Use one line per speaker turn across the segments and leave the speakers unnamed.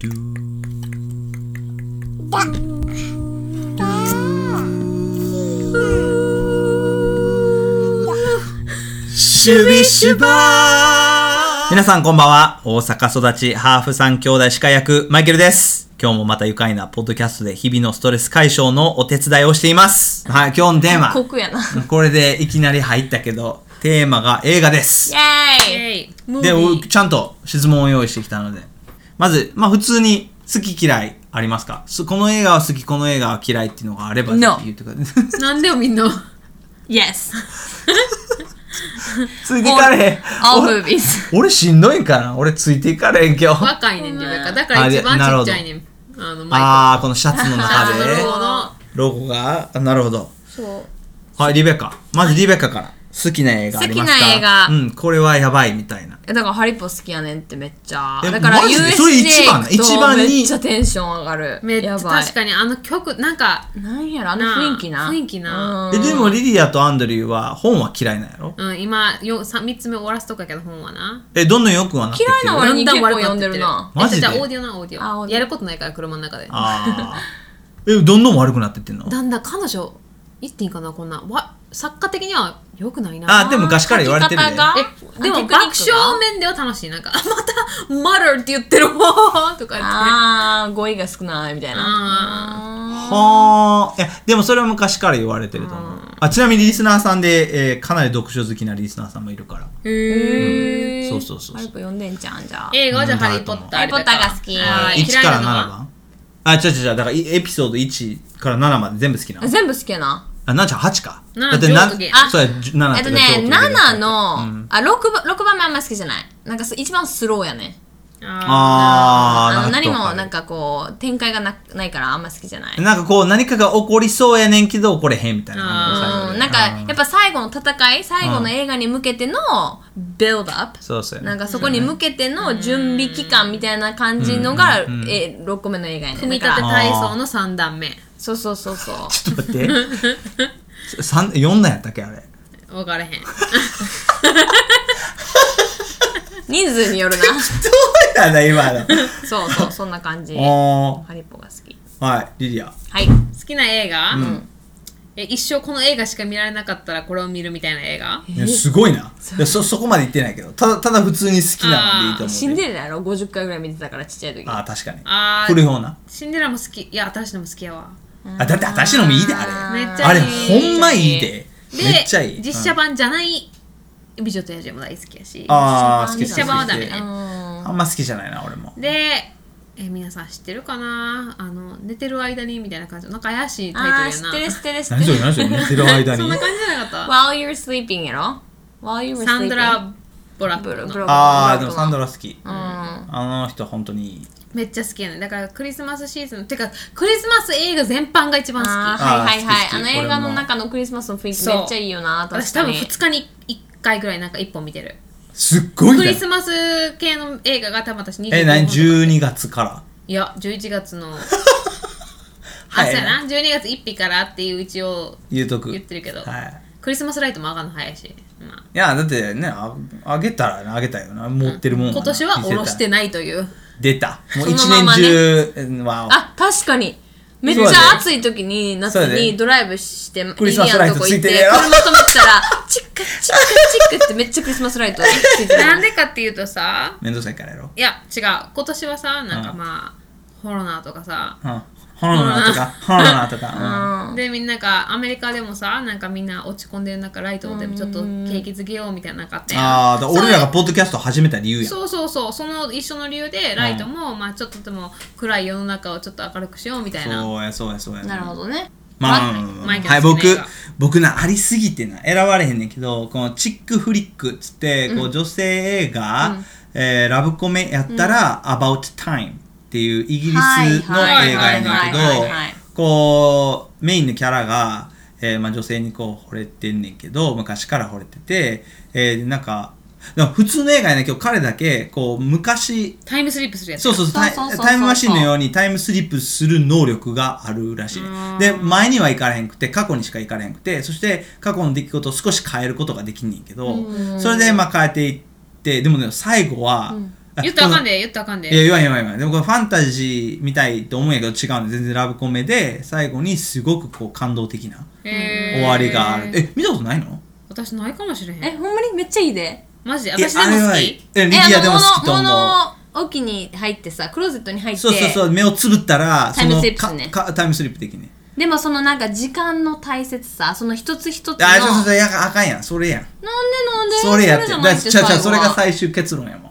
ドゥー
だだ
シュビシュバー皆さんこんばんは。大阪育ち、ハーフ三兄弟司会役、マイケルです。今日もまた愉快なポッドキャストで日々のストレス解消のお手伝いをしています。はい、今日のテーマ。
コクやな。
これでいきなり入ったけど、テーマが映画です。
イェーイ
えい
ムービ
で、お
ー。
ちゃんと質問を用意してきたので。まず、まあ普通に好き嫌いありますかすこの映画は好き、この映画は嫌いっていうのがあれば、
No
言ってください
なんでよみんな
Yes.
つい ていかれへん。
All movies.
俺しんどいんかな俺ついていかれへん今日。
若いねんてだからだから一
あ
番
でなる
ち
ほ
っち
ど
ゃいねんあのマ
ああ、このシャツの
イクあ
中
ー
で
なる
ね
ほ。ど
ロゴが、あなるほど。
そう。
はい、リベカ。まずリベカから。好きな映画あります
好
か
きな映画
うん、これはやばいみたいな。
えだからハリポ好きやねんってめっちゃ。
え
だから
マジで
USJ
それ一番
行くと
一番に
めっちゃテンション上がる。
めっちゃ
やばい
確。かにあの曲なんか
なんやろ、あの雰囲気な。
なあ雰囲気な
え、
うん
でもリリアとアンドリューは本は嫌いなんやろ
うん今よ三三つ目終わらすとこやけど本はな
え、どんどんよくはなってき
嫌
て
いな
る
割
だ
に
んだ
結
ん
構
悪くな
読
っ
んで
てっ
る
て
な。
マジ
え
で
じゃあオーディオなオーディ
あ
オ
オーディオ
やることないから車の中で
ああ。え、どんどん悪くなってってんの
だんだん彼女言っていいかなこんなわ作家的には良くないな
あ、でも昔から言われてる
書
で
き。方が
えで
あテク
も
ニックが
爆笑面では楽しいなんかまた「マルって言ってるわーとか言って
あー、語彙が少ないみたいな。
はあ。いや、でもそれは昔から言われてると思う。あ、ちなみにリスナーさんで、えーかなり読書好きなリスナーさんもいるから。
へー
そうそうそうそう
ハリポ読んでんじゃん、じゃあ。
映画はじゃあ「
うん
ハリー・ポッター」
ハリーポッターが好き
は
あ
い
1
嫌い
か
な
ら7
のは
番あ、違う違う違う。だからいエピソード1から7まで全部好きなの。
全部好きやな。
あ、なんちゃん8か。
な
だってな
上手芸
あ
そうや、7とか
えっと
上手
ね、
芸
7の、
うん
あ、6番、六番目あんま好きじゃない。なんかす一番スローやね。
あー
の、
なん
何
か
もなんかこう、展開がなないからあんま好きじゃない。うん、
なんかこう、何かが起こりそうやねんけど、起これへんみたいな感じの最後で
なんか、やっぱ最後の戦い、最後の映画に向けての、ビルドアップ。
そうそうやね
なんかそこに向けての準備期間みたいな感じのが、
うんうん
え6個目の映画やね
組み
だ
立て
から
体操の3段目
そうそうそうそう。
ちょっと待って。三4なんやったっけあれ。
分かれ へん
人数によ るな。
どうやな、今の。
そうそう、そんな感じ。ハ
お
リポが好き。
ー。はい、リリア。
はい。
好きな映画、え一生この映画しか見られなかったらこれを見るみたいな映画
いやすごいな。いやそ、そこまで言ってないけど、ただ、ただ普通に好きなのでいいと思う。
シンデレラやろ ?50 回ぐらい見てたからちっちゃい時。
あー、確かに。
あー
古い方な。
シンデレラも好きいや私のも好きやわ
あ、だって私のもいいで、あ
めっ
れ。
ち
あ
ゃ
れ、
いい
ほんまいいで。
で
めっちゃいい。
実写
版。
版じゃない「美女と野獣」も大好きやし
あー、好き
実写版はダメね
あんま好きじゃないな、俺も。
でえ皆さん知ってるかなあの寝てる間にみたいな感じのなんか怪しいタイトルや
あ
な
ー、知ってる知ってる知っ
何そ
て
れ
る。
何それ寝てる間に
そんな感じじゃなかっ
While you're sleeping やろ ?While you were sleeping.
たサンドラ・ボラップ
ブロ
の
ブロ
ああでもサンドラ好き、
うん。
あの人本当にいい
めっちゃ好きやねだからクリスマスシーズンてかクリスマス映画全般が一番
あ
好
ー
き
はいはい
あー好き好
はい。
き
あの映画
俺
の
も
中のクリスマスの雰囲気
そう
めっちゃいいよな、
私
確か
多分
に。
2日に1回ぐらいなんか1本見てる
すっごい
ク
な
リスマス系の映画が多分私25
え何
本とか
12月から
いや11月のあ
はい
そうやな12月1日からっていう一応
言うとく
言ってるけど
はい
クリスマスライトも上がるの早いし、ま
いやだってねああげたらあげたよな持ってるもん
あ、
な
今年は下ろし
見
て
せ
ないという
た出たもう一
そのまま
年
ね
中うんわお
あ、確かに。めっち
そうだね
ゃ暑い時に夏
そうだね
にドライブして
クリスマスライトついてるやろ
リニアのとこ行って車止めてたらチックチックチックってめっちゃクリスマスライトついてる
なんでかっていうとさ
面倒くさいからやろ
いや違う今年はさなんか
うん
まあコロナとかさ
うんホロナーとかホロナーとか
でみんながアメリカでもさなんかみんな落ち込んでる中ライトでもちょっと景気づけようみたいなのがあっ
う
た
ん
やん
ああだから俺らがポッドキャスト始めた理由やん
そうそうそうその一緒の理由でライトも、まあちょっとでも暗い世の中をちょっと明るくしようみたいな
そうやそうやそうや
なるほどね。
まあ、
マイケル
はい、
好きな映
僕
画、
僕な、ありすぎてな、選ばれへんねんけど、このチックフリックっつって、こう女性映画、えーラブコメやったら、About Time っていうイギリスの
はい
映画
はい
やねんけど
はいはいはい、
こう、メインのキャラが、えーまあ、女性にこう惚れてんねんけど、昔から惚れてて、えーなんか、でも普通の映画やねんけど、彼だけ、こう、昔、
タイムスリップするやつ
そうそうそうタイ
そうそうそうそう
タイムマシンのようにタイムスリップする能力があるらしいねで前には行かれへんくて過去にしか行かれへんくてそして過去の出来事を少し変えることができんねんけどそれでまあ変えていってでもね最後は、
言ったらあかんで言ったらあかんで
いや、言わへん言わへん言わへん。でもこれファンタジーみたいと思うんやけど違うんで、全然ラブコメで、最後にすごくこう感動的な
終
終わりがある。え、見たことないの
私ないかもしれへん
え、ほんまにめっちゃいいで。
マジで
え
私でも好
あれ
き
え、リ
え、
ギアでも好きと思
あの
う。
物物置に入ってさ、クローゼットに入って。
そうそうそう、目をつぶったら、
タイムスリップね
そのかかタイムスリップ的に。
でもそのなんか時間の大切さ、その一つ一つの。
あ、そうそう
なん
そ
で
う、やあかんやん。それやん。
なんで
それやって。
じゃ
だ
ない
から
って
ちゃうちゃう、そ
最
れ
後は
が最終結論やもん。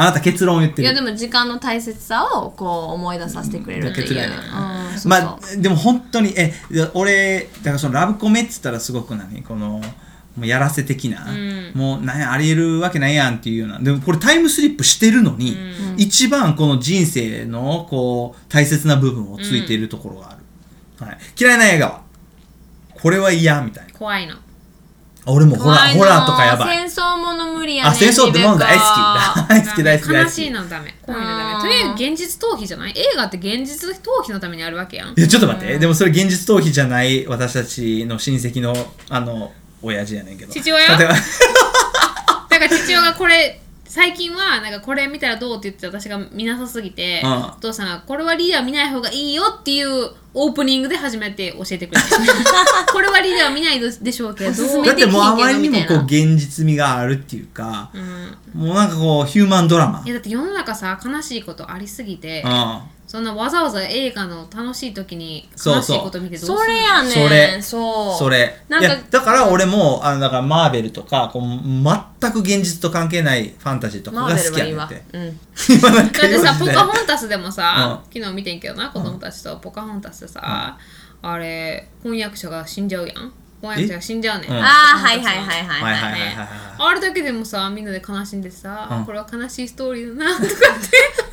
あなた結論言って
いや
る
で。も時間の大切さをこう思い出させてくれるっていう。
結論やね
うんそうそう
まあでも本当にえいや俺だからそのラブコメっつったらすごく何このもうやらせ的な、
ん
もうなんやありえるわけないやんっていうようなでもこれタイムスリップしてるのに、一番この人生のこう大切な部分をついているところがある、はい、嫌いな映画はこれは嫌みたいな
怖いの
あ俺もホラ
怖い
ー
の
ホラーとかやばい
戦争もの無理やね
あ戦争ってもう
リベ
大
カ
好き大 好き大好き大
悲
好き
しいのダメ怖いの
あ
ダ
ー
メとりあえず現実逃避じゃない映画って現実逃避のためにあるわけやん
いやちょっと待って、でもそれ現実逃避じゃない私たちの親戚のあの親父やねんけど
父親
例えば
だから父親がこれ最近はなんかこれ見たらどうって言って私が見なさすぎて、
うん
お父さんがこれはリーダー見ない方がいいよっていうオープニングで初めて教えてくれ たこれはリーダー見ないでしょうけど
おすすめ
だってもうあまりにも
みた
こ
いうな
現実味があるっていうか、
うん
もうなんかこうヒューマンドラマ
いやだって世の中さ悲しいことありすぎて、
うん
そんなわざわざ映画の楽しい時に
そう
悲し
そう
いこと見てどうする
それやねん
それ
そう
それ
なん
いや
か
だから俺もあのだからマーベルとかこう全く現実と関係ないファンタジーとか
マー
が好
ベル
き
は
や
いい
ねんっ
わ
て、
うん、
今なんか
だってさ、
用
ポ
意して
カホンタスでもさ、昨日見てんけどな、子供たちとポカホンタスでさ、あれ、翻訳者が死んじゃうやん。翻訳者が死んじゃうねん。
えうん
ああはいはいはいはい
は
は
い
い
はいはいはい
ね
はい
あれだけでもさ、みんなで悲しんでさ、
うん
これは悲しいストーリーだな、 とかって。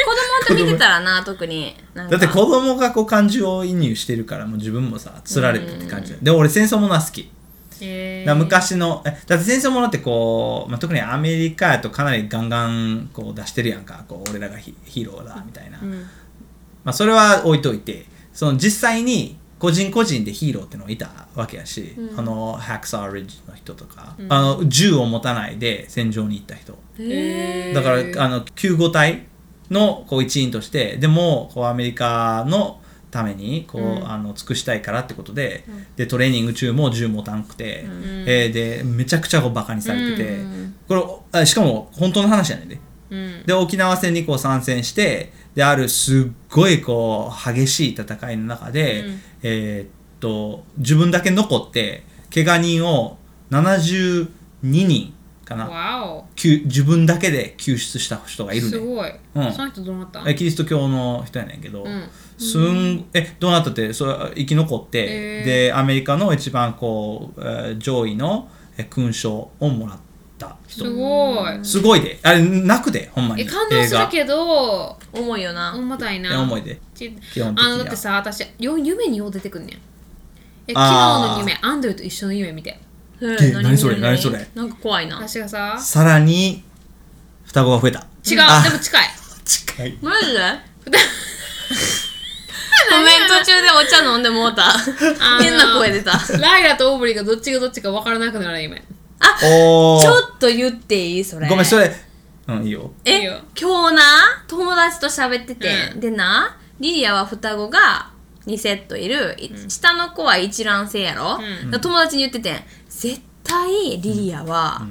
子供と見てたらな特になん
だ
か
って子供がこう感情移入してるからもう自分もさつられてって感じ、で俺戦争ものは好き
え
だから昔のえだって戦争ものってこう、まあ、特にアメリカやとかなりガンガンこう出してるやんかこう俺らがヒヒーローだみたいな、
うん
まあ、それは置いといてその実際に個人個人でヒーローってのがいたわけやし、あのハクサー・リッジの人とか、あの銃を持たないで戦場に行った人
へ
だから
へー
あの救護隊のこう一員としてでもこうアメリカのためにこう、あの尽くしたいからってことで,、でトレーニング中も銃持たんくて、えーでめちゃくちゃこうバカにされてて、これあしかも本当の話やねんで。
うん。
で沖縄戦にこう参戦してであるすっごいこう激しい戦いの中で、
うん
えーっと自分だけ残って怪我人を72人かな
わ
救自分だけで救出した人が
お。
いる
す
ね
ごい。
うん
その人どうなったん
えキリスト教の人やねんけど、
うん。
すんえどうなったってそれ生き残って、
へー
でアメリカの一番こう、えー上位のえ勲章をもらった
す
人
ごい。
すごいであれ泣くでほんまに
え、感動するけど、
重いよな、
重たいな。
思いで
ち
基本的には
あのだってさ私よ夢によう出てくんねんえ昨日
あー
の夢アンドリューと一緒の夢見て
へえ
え何それ何それ
なんか怖いなマ
私がさ
さらに双子が増えた
違う
あ
でも 近い
近
ジ
い
でごめん途中でお茶飲んでもうた
あの
変な声出たち
ライラとオーブリーがどっちがどっちか分からなくなる夢
おー
ょっと言っていいそれ
ごめんそれうんいいよ
いい
え
よ
今日な友達と喋ってて、
う
でなリリアは双子が2セットいる、い下の子は一卵性やろ、
う
だから友達に言っててん絶対リリアは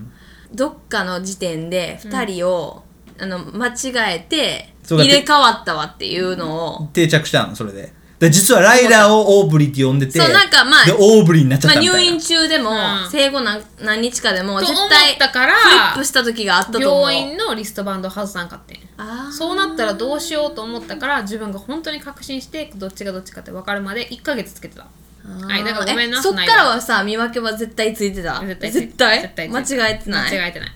どっかの時点で2人を、あの間違えて
そうだ
入れ替わったわっていうのを、
定着したのそれでで実はライラーをオーブリーって呼んでて
そうなんかまあ
でオーブリーになっち
ま
ゃっ
あ、
たみ
入
たいな、
院中でも、
うん
生後何何日かでも
と
絶
思っ
対フ
たから
リップした時があったと思う
病院のリストバンド外さんかってん
あー
そうなったらどうしようと思ったから自分が本当に確信してどっちがどっちかって分かるまで1ヶ月つけてたはいだからごめんな
えそっ
その
か
間
らはさ見分けは絶対ついてた
絶対つい
絶対
絶対ついて
間違えてない
間違えてない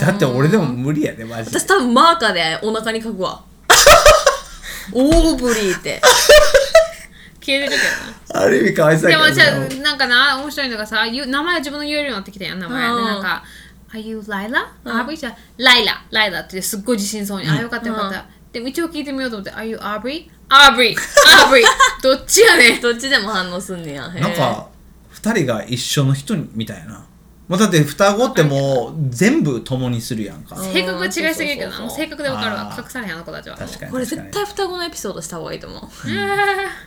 だって俺でも無理やでマジで
私多分マーカーでお腹に書くわ オーブリーって
消えてるけどな
ある意味かわいそう
で
や
も
け
じゃ
どな
あなんかな面白いのがさ言う名前を自分の言えるようになってきたやん名前
う
で
ん
なんか「Are you Lila?、Aubrey? じゃあ「Lila」「Lila」ってすっごい自信そうに「あよかったよかった」でも一応聞いてみようと思って「Are you Aubrey?」「Aubrey」「Aubrey」どっちやねん
どっちでも反応すんねやへー
なんか二人が一緒の人みたいなもうだって双子ってもう全部共にするやんか。
うん
性格が違いすぎるけ
そうそうそう
どな
そう
もう性格でわかるわ
あー
隠されへんあの子たちは
確かに
これ
確か
絶
に。
対双子のエピソードした方がいいと思う。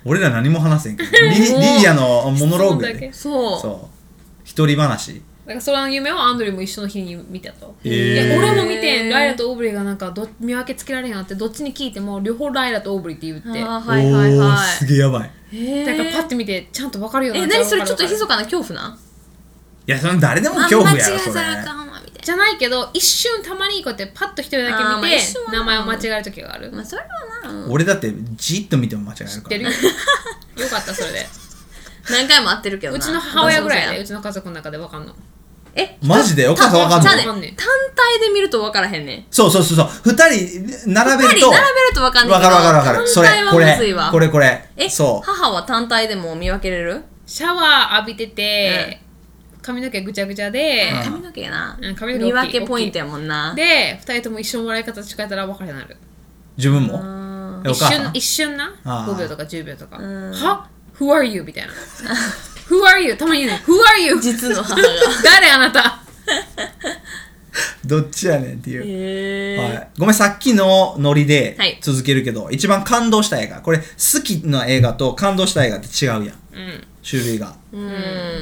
俺ら何も話せんけ ど。リリ
もう
リリアのモノローグや
質問
で
だけ。
そう。
そう。一人話。
なんかその夢をアンドリューも一緒の日に見たと。
え
い
ー
や俺も見てんライラとオーブリーがなんかど見分けつけられへんなってどっちに聞いても両方ライラとオーブリーって言うって
あーはいはい
お
は
ーすげえやばい。
い。へー
だからパッて見てちゃんと分かるように
え、
なった
何それちょっと
分かる
密かな恐怖ない
や、その誰でも
あん
恐
ま
怖
違
やろ、
え
それ
た。らあかんわみたい
じゃないけど一瞬たまにこうやってパッと一人だけ
あーま
見
あ
て
一瞬はな
名前を間違える時がある
な。まあ、それはな、うん
俺だってじっと見ても間違える
知っ
か
て
ら
る
ね、
よ よかったそれで
何回も会ってるけどな。
うちの母親ぐらいや
そう
で
そう
うちの家族の中で分かんの
そうえ
マジでお
お
母さんわかん
な
ないい
わかんねん
単体で見ると分からへんねん。
そうそうそうそう2人並べ
二
ると
人並べると分かんないけど。
わかるわかるわかるそ
単
れ
体は
こ
むずい
れ
わ。
これこれ
え、
そ
母は単体でも見分けれる
シャワー浴びてて、髪の毛ぐちゃぐちゃで、
うん
髪の毛な
うん。髪の毛大きい
見分けポイントやもんな。
で二人とも一緒もらい方違えたら分からへんなる
う自分も
あ
えお
一
母さ
瞬
ん
一瞬な
あー
5秒とか10秒とか「
ん
は Who are you?」みたいな 「Who are you?」たまに言うね「Who are you?
ー」 実の母が。
誰あなた
どっちやねんっていう、
へー
はい、ごめんさっきのノリで
はい
続けるけど、一番感動した映画これ好きな映画と感動した映画って違うやん
うん、
種類が、
うん。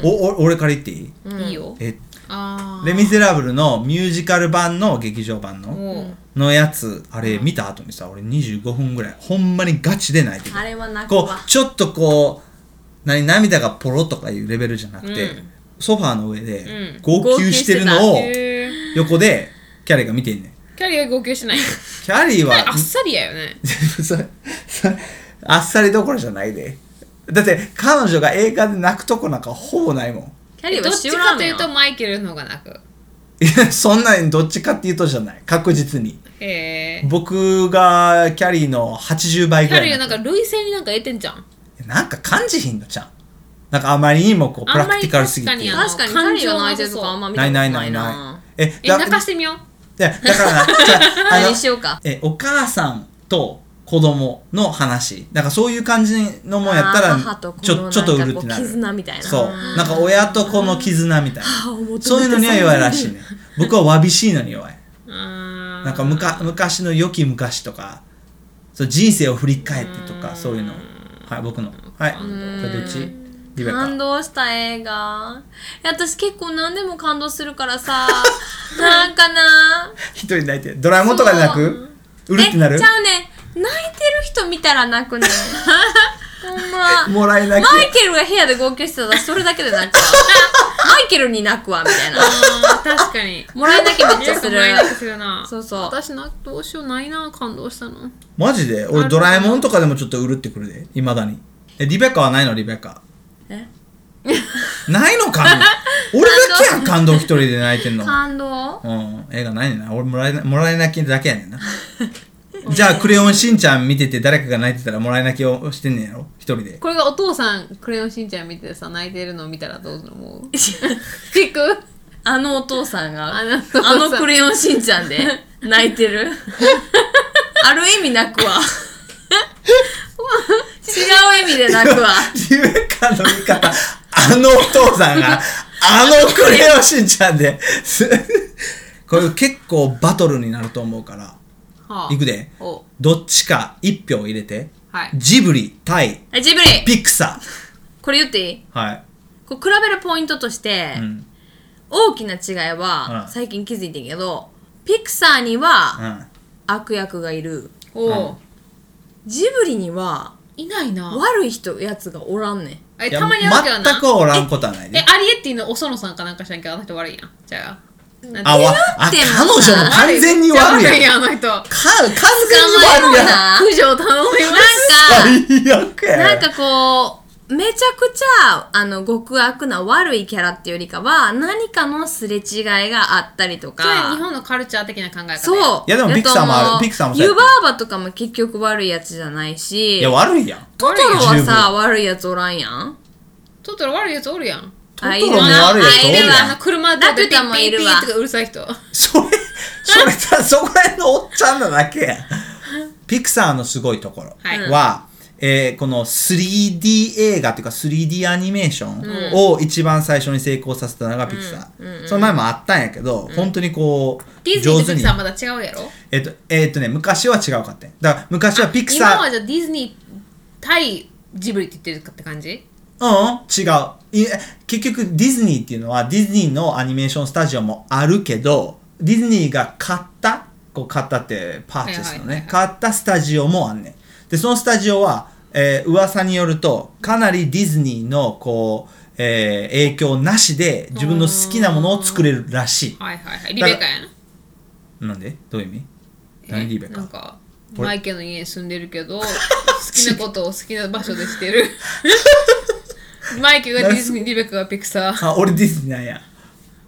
おお俺から言っていい
いいよ
え
あ
レ・ミゼラブルのミュージカル版の劇場版
あ
の
もう
のやつあれ見た後にさ俺25分ぐらいほんまにガチで泣いてた
あれは泣く
こ
わ
う。ちょっとこう何涙がポロとかいうレベルじゃなくて、
うん
ソファーの上で
うん
号泣してるのを
へー
横でキャリーが見てんねん
キャリア号泣しない
キャリーは
あっさりやよね
それそれ あっさりどころじゃないでだって彼女が映画で泣くとこなんかほぼないもん
キャリー
ど
は
っち
塩ラ
か
ー
と
メン
い
や
うとマイケルの方が泣く
いやそんなんどっちかっていうとじゃない確実に
へえ
僕がキャリーの80倍
キ
ぐ
ャ
ら
リア
い
なんか類性になんか得てんじゃん
なんか感じひんのじゃんなんかあまりにもこうプ
あ
ラ
んま
クテ
り
ィカルすぎて
確かにあの
確かにキャリーが泣いてるとかあんま見たこ
ない
と
な
ないい
ない
な
な。いえ
え
だ
泣かしてみよ
い
う
やだからなじゃ ああの
何しようか。
えお母さんと子供の話なんかそういう感じのもんやった
あー
ら
母と子の
ちょちょっとうるって
なんかこ
な
う
る
絆みたいな
そうなんか親と子の絆みたい
あー
な
求
そういうのには弱いらしい ね僕はわびしいのに弱い
な
なんかむか昔の良き昔とかそう人生を振り返ってとかそういうのはい僕のはいこれどっちリベ
感
カ
動した映画いや私結構何でも感動するから さなんかな
一人泣いてドラえもんとかで泣くうるってな
え
る
ちゃうね泣いてる人見たら泣くねほんま
もらい泣き
マイケルが部屋で号泣してたらそれだけで泣くわマイケルに泣くわみたいな
あー確かに
もらい泣きめっちゃ する
もらい泣きするな
そうそう
私などうしようないな感動したの
マジで俺ドラえもんとかでもちょっとうるってくるでいまだにえリベカはないのリベカ
え
ない のかな俺だけやん感動一人で泣いてんの
感動
うん映画ないねんな俺もらえなもらえ泣きだけやねん なじゃあ「クレヨンしんちゃん」見てて誰かが泣いてたらもらい泣きをしてんねんやろ一人で
これがお父さんクレヨンしんちゃん見てさ泣いてるのを見たらどうする思う聞く
あのお父さんが
あ
あ
のお
の
父さん
クレヨンしんちゃ んで泣いてるある意味泣くわ違う意味で泣くわ
リベカの見方あのお父さん があの「クレヨンしんちゃんで」 すこれ結構バトルになると思うから
はい
くで
お
どっちか1票入れて
はい
ジブリ対
あジブリ
ピクサ
これ言っていい
ーはい、
こう比べるポイントとして、
うん
大きな違いは、
うん
最近気づいてんけどピクサーには、
うん、
悪役がいる
お
ジブリにはい
ないな
悪い人やつがおらんねん
え
いや
たまにあるけどな
全くおらんことはない
え
で
アリエッティのおそのさんかなんかしらんけどあの人悪いやんじゃあなんて
あわあ
言っても
彼女も完全に悪いやん
めっちゃ悪いやんあの人
か完全に悪いやん
な
駆除頼みます
ん
最悪
か
や
なんかこうめちゃくちゃあの極悪な悪いキャラっていうよりかは何かのすれ違いがあったりと
それ日
か
本のカルチャー的な考え方や
そう
いやでもピクサーもあ
や
る
と思う
ピクサーもそうやっ
湯
て
婆婆とかも結局悪いやつじゃないし
いや悪いやん
トトロは
十
さ
分
悪いやつおらんやん
トトロ悪いやつおるやん
トトロも悪いやつ
あい
お
る
る
わ
あ
や
の
ん
車で
ラピュタもいるわ
ピーピーピーピーとかうるさい人
それそ れさそこら辺のおっちゃんなだけやピクサーのすごいところ
はい
は、えーこの 3D 映画というか 3D アニメーションを一番最初に成功させたのがピクサー、その前もあったんやけど、本当にこ
ディ
う
ズニ
上
ー
手
とピ
に
クサーまだ違うやろ
えっとえっとね昔は違うかってんだから昔はピク
今は
サ
じゃあディズニー対ジブリって言ってるかって感じ
ーうん違ういえ結局ディズニーっていうのはディズニーのアニメーションスタジオもあるけどディズニーが買ったこう買ったってパーチェスの
はいはいはいは
ね
い
買ったスタジオもあんねんでそのスタジオは、えー噂によるとかなりディズニーのこう、えー影響なしで自分の好きなものを作れるらし
はいはいはいリベカやな
いなんでどういう意味
え
何リベカ
なんか
俺
マイケルの家に住んでるけ ど好きなことを好きな場所でしてるマイケルがディズニーリベカがピクサー
あ俺ディズニーなんや。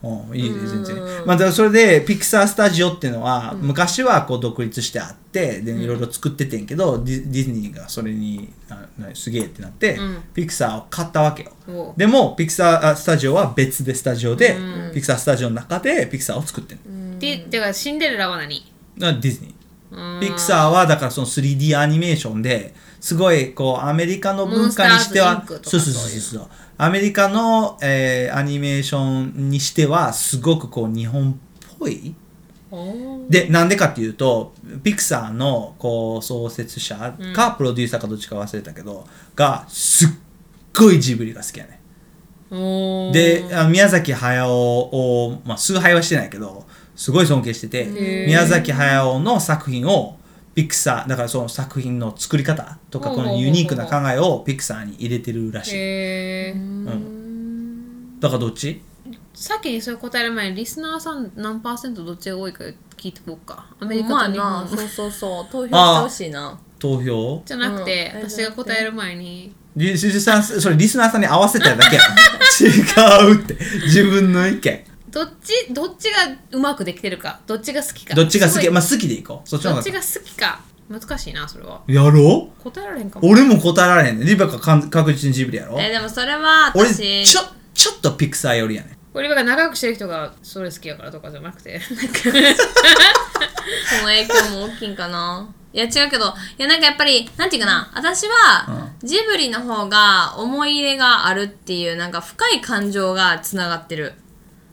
うん、いいね全然、まあ、だからそれでピクサースタジオっていうのは、昔はこう独立してあってでいろいろ作っててんけど、ディディズニーがそれにあなすげえってなって、ピクサーを買ったわけよ
お
でもピクサースタジオは別でスタジオで、ピクサースタジオの中でピクサーを作ってんの、
でだからシンデレラは何
だからディズニーピクサーはだからその 3D アニメーションですごいこうアメリカの文化にして
モン
は
スターズインクと
そ
か
うそうそうそうアメリカの、えーアニメーションにしてはすごくこう日本っぽいでなんでかっていうとピクサーのこう創設者か、プロデューサーかどっちか忘れたけどがすっごいジブリが好きやね
おー
であ宮崎駿を、まあ、崇拝はしてないけどすごい尊敬してて宮崎駿の作品をピクサーだからその作品の作り方とか
ほう
こ
ほうほう
の
ほう
ユニークな考えをピクサーに入れてるらしい
へー
だからどっち
さっきにそれ答える前にリスナーさん何パーセントどっちが多いか聞いてこうかアメリ
ま
カ
あ
と日
な
本
そうそうそう投票してほしいな
投票
じゃなくて、
うん
私が答える前に
リリスナーそれリスナーさんに合わせただけや違うって自分の意見
どっちどっちがうまくできてるかどっちが好きか
どっちが好
すご
き
い
まあ好きでいこうそっちの
ど
方
っ
が
ちが好きか難しいなそれは
やろう
答えられんかも
俺も答えられへんねリベカかん確実にジブリやろ
えでもそれは
俺
私
ちょちょっとピクサー寄りやね
俺が長くしてる人がそれ好きやからとかじゃな くて
その影響も大きいんかな。いや違うけど、いやなんかやっぱり、なんていうかな、私は、ジブリの方が思い入れがあるっていう、なんか深い感情がつながってる。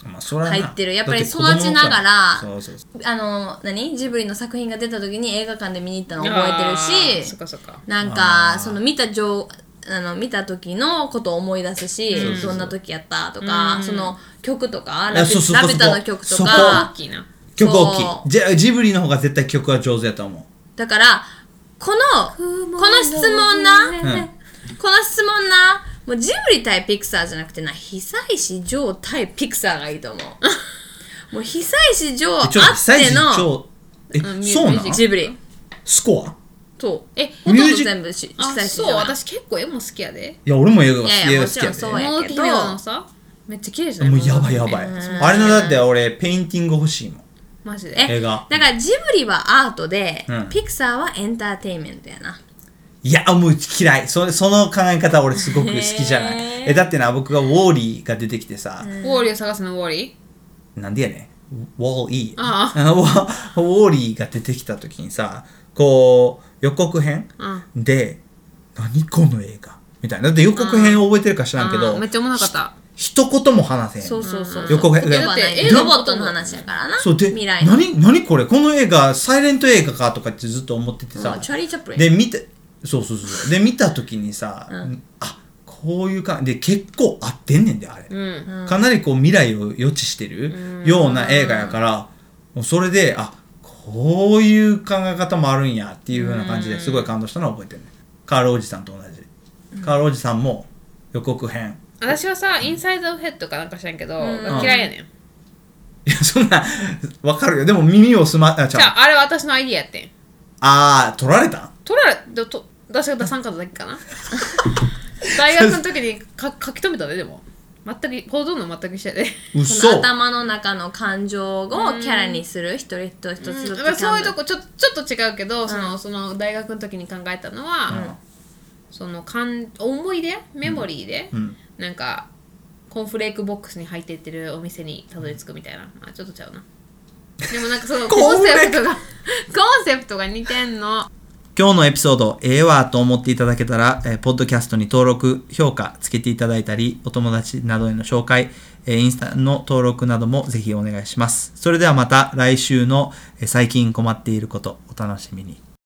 まあ、そらな
入ってるやっぱり
だ子供の頃
育ちながら
そうそうそう
あの、何ジブリの作品が出た時に映画館で見に行ったの覚えて
あー
る
そ
し
っ、かそっか
なんか
あー
その見た情あの見た時のことを思い出すし、
そうそう
どんな時やったとか、その曲とか、
いや
ラピ
そうそう
ラピュタの曲と
そこ
か
大、きいな
曲
そ
大
う
きいじゃジブリの方が絶対曲は上手やと思
だからこのこの質問な、
ん
この質問なもうジブリ対ピクサーじゃなくてな久石譲対ピクサーがいいと思う もう久石譲あ
う
っ
えちょっと久
て
石
の
譲え、そうなの
ジブリ
スコア
そうえほとん
ミュ
ど
ージック
全部し
あ
久石
そ
譲
う
や
私結構絵も好きやで
いや俺も映画が
いやいや
映画
も
好
ち
き
ろ
や
ん
で
そうや
桃
け
木
ど
姫のさめっちゃ綺麗じゃない
もうやばいやばい
桃木姫
あれのだって俺ペインティング欲しいもん
マジで
え
映画
だからジブリはアートで、
うん
ピクサーはエンターテインメントやない
やもう嫌いそれその考え方俺すごく好きじゃない
へー
えだってな僕がウォーリーが出てきてさ
ウォーリーを探すのウォーリ
なんでやねんウォーリー
あ
ウォーリーが出てきた時にさこう予告編
ーうん
で何この映画みたいなだって予告編覚えてるか知らんけ
あ
ど
ーめっちゃおもろかった
一言も話せへん
そうそうそう
予告編
言葉ない
だって
ロボットの話やからな
そうで
未来の
何何これこの映画サイレント映画かとかってずっと思っててさ、
うんチャーリー・チャップリン
で見てそうそうそうそうで見た時にさ、あこういう感じで結構合ってんねんであれ、
うん
かなりこう未来を予知してるような映画やから、もうそれであこういう考え方もあるんやっていうふうな感じですごい感動したのを覚えてるねカールおじさんと同じカールおじさんも予告編
私はさインサイドヘッドかなんか知らんけどが嫌いやねん
いやそんなわかるよでも耳をすまあち
じゃ
ゃう
ああれは私のアイディアやってん
あー取られた
取られと私が出さんかっただけ かな大学の時にか書き留めたででも全くほとんど全く一緒やで
その
嘘
頭の中の感情をキャラにする一人一人一つずつ
だからそういうとこちょちょっと違うけど、そのその大学の時に考えたのは、その感思い出メモリーで、
ん
なんかコーンフレークボックスに入ってってるお店にたどり着くみたいな、あちょっとちゃうなでもなんかそのコ
コー
ン
ンフレー
セプ
ク
トがコンセプトが似てんの
今日のエピソードええわと思っていただけたら、えーポッドキャストに登録、評価つけていただいたり、お友達などへの紹介、えーインスタの登録などもぜひお願いします。それではまた来週の、えー最近困っていることお楽しみに。